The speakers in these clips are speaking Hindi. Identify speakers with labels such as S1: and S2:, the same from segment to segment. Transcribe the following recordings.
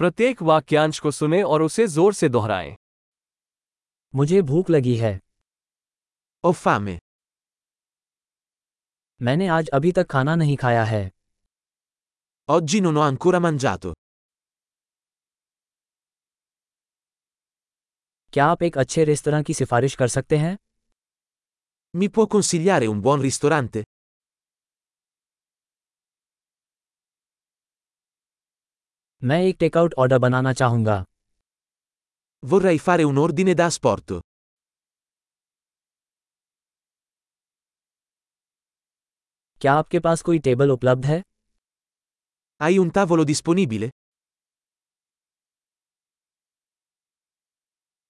S1: प्रत्येक वाक्यांश को सुने और उसे जोर से दोहराएं
S2: मुझे भूख लगी है
S3: Ho fame.
S2: मैंने आज अभी तक खाना नहीं खाया है
S3: Oggi non ho ancora mangiato.
S2: क्या आप एक अच्छे रेस्तरां की सिफारिश कर सकते हैं
S3: Mi può consigliare un buon ristorante?
S2: मैं एक टेकआउट ऑर्डर बनाना चाहूंगा
S3: Vorrei fare un ordine da asporto.
S2: क्या आपके पास कोई टेबल उपलब्ध है
S3: Hai un tavolo disponibile?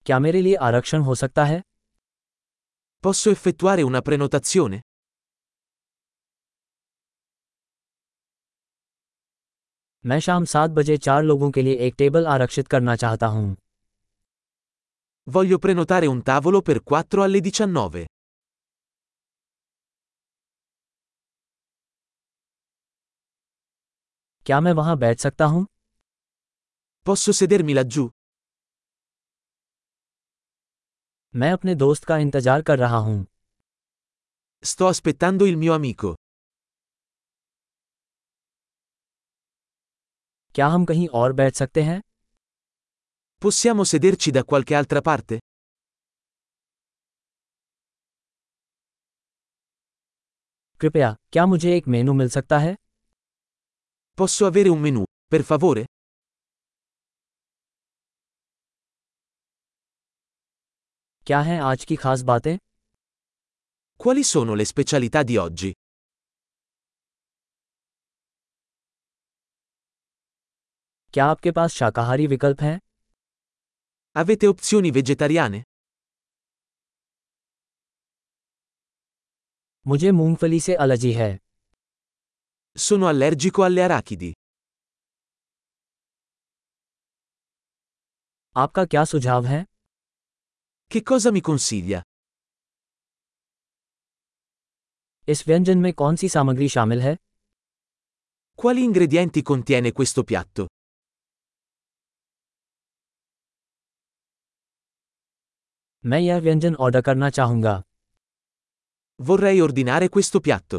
S2: क्या मेरे लिए आरक्षण हो सकता है
S3: Posso effettuare una prenotazione?
S2: मैं शाम सात बजे चार लोगों के लिए एक टेबल आरक्षित करना चाहता हूँ
S3: Voglio prenotare un tavolo per 4 alle 19.
S2: क्या मैं वहाँ बैठ सकता हूँ
S3: Posso sedermi laggiù?
S2: मैं अपने दोस्त का इंतजार कर रहा हूँ
S3: Sto aspettando il mio amico.
S2: क्या हम कहीं और बैठ सकते हैं
S3: Possiamo sederci da qualche altra parte?
S2: कृपया क्या मुझे एक मेनू मिल सकता है
S3: Posso avere un menù, per favore?
S2: क्या हैं आज की खास बातें
S3: Quali sono le specialità di oggi?
S2: क्या आपके पास शाकाहारी विकल्प हैं
S3: Avete opzioni vegetariane?
S2: मुझे मूंगफली से एलर्जी है
S3: Sono allergico alle arachidi.
S2: आपका क्या सुझाव है
S3: Che cosa mi consiglia?
S2: इस व्यंजन में कौन सी सामग्री शामिल है
S3: Quali ingredienti contiene questo piatto?
S2: मैं यह व्यंजन ऑर्डर करना चाहूंगा
S3: Vorrei ordinare questo piatto.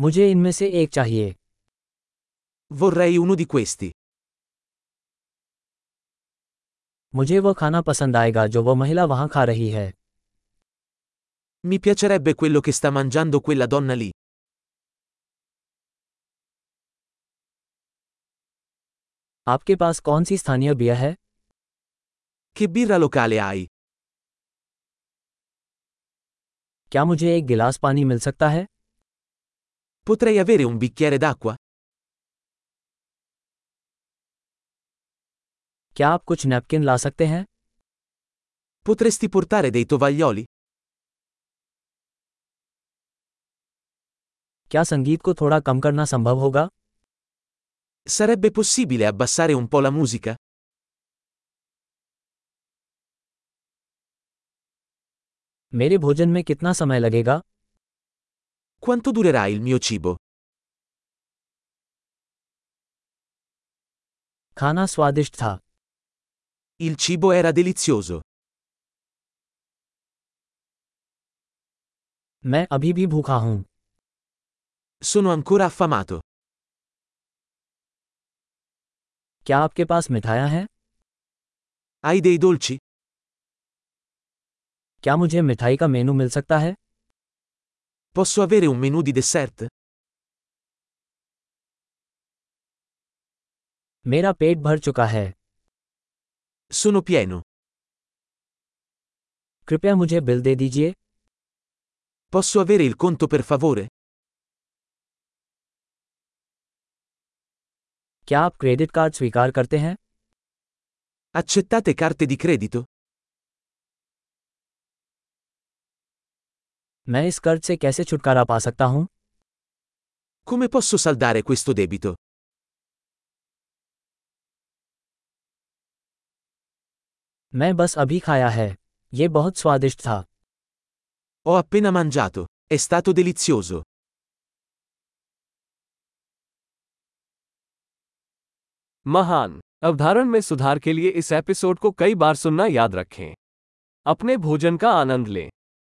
S2: मुझे इनमें से एक चाहिए
S3: Vorrei uno di questi.
S2: मुझे वह खाना पसंद आएगा जो वह महिला वहां खा रही है
S3: Mi piacerebbe quello che sta mangiando quella donna lì.
S2: आपके पास कौन सी स्थानीय बियर है
S3: Che birra locale hai?
S2: क्या मुझे एक गिलास पानी मिल सकता है
S3: Potrei avere un bicchiere d'acqua?
S2: क्या आप कुछ नैपकिन ला सकते हैं
S3: Potresti portare dei tovaglioli?
S2: क्या संगीत को थोड़ा कम करना संभव होगा
S3: Sarebbe possibile abbassare un po' la musica?
S2: मेरे भोजन में कितना समय लगेगा
S3: Quanto durerà il mio cibo?
S2: खाना स्वादिष्ट था
S3: Il cibo era delizioso.
S2: मैं अभी भी भूखा हूँ
S3: Sono ancora affamato.
S2: क्या आपके पास मिठाइयाँ हैं
S3: Hai dei dolci?
S2: क्या मुझे मिठाई का मेनू मिल सकता है
S3: Posso avere un menù di dessert?
S2: मेरा पेट भर चुका है
S3: Sono pieno.
S2: कृपया मुझे बिल दे दीजिए
S3: Posso avere il conto per favore?
S2: क्या आप क्रेडिट कार्ड स्वीकार करते हैं
S3: Accettate carte di credito?
S2: मैं इस कर्ज से कैसे छुटकारा पा सकता हूँ
S3: Come posso saldare questo debito?
S2: मैं बस अभी खाया है ये बहुत स्वादिष्ट था
S3: Ho appena mangiato. È stato delizioso. महान अवधारण में सुधार के लिए इस एपिसोड को कई बार सुनना याद रखें अपने भोजन का आनंद लें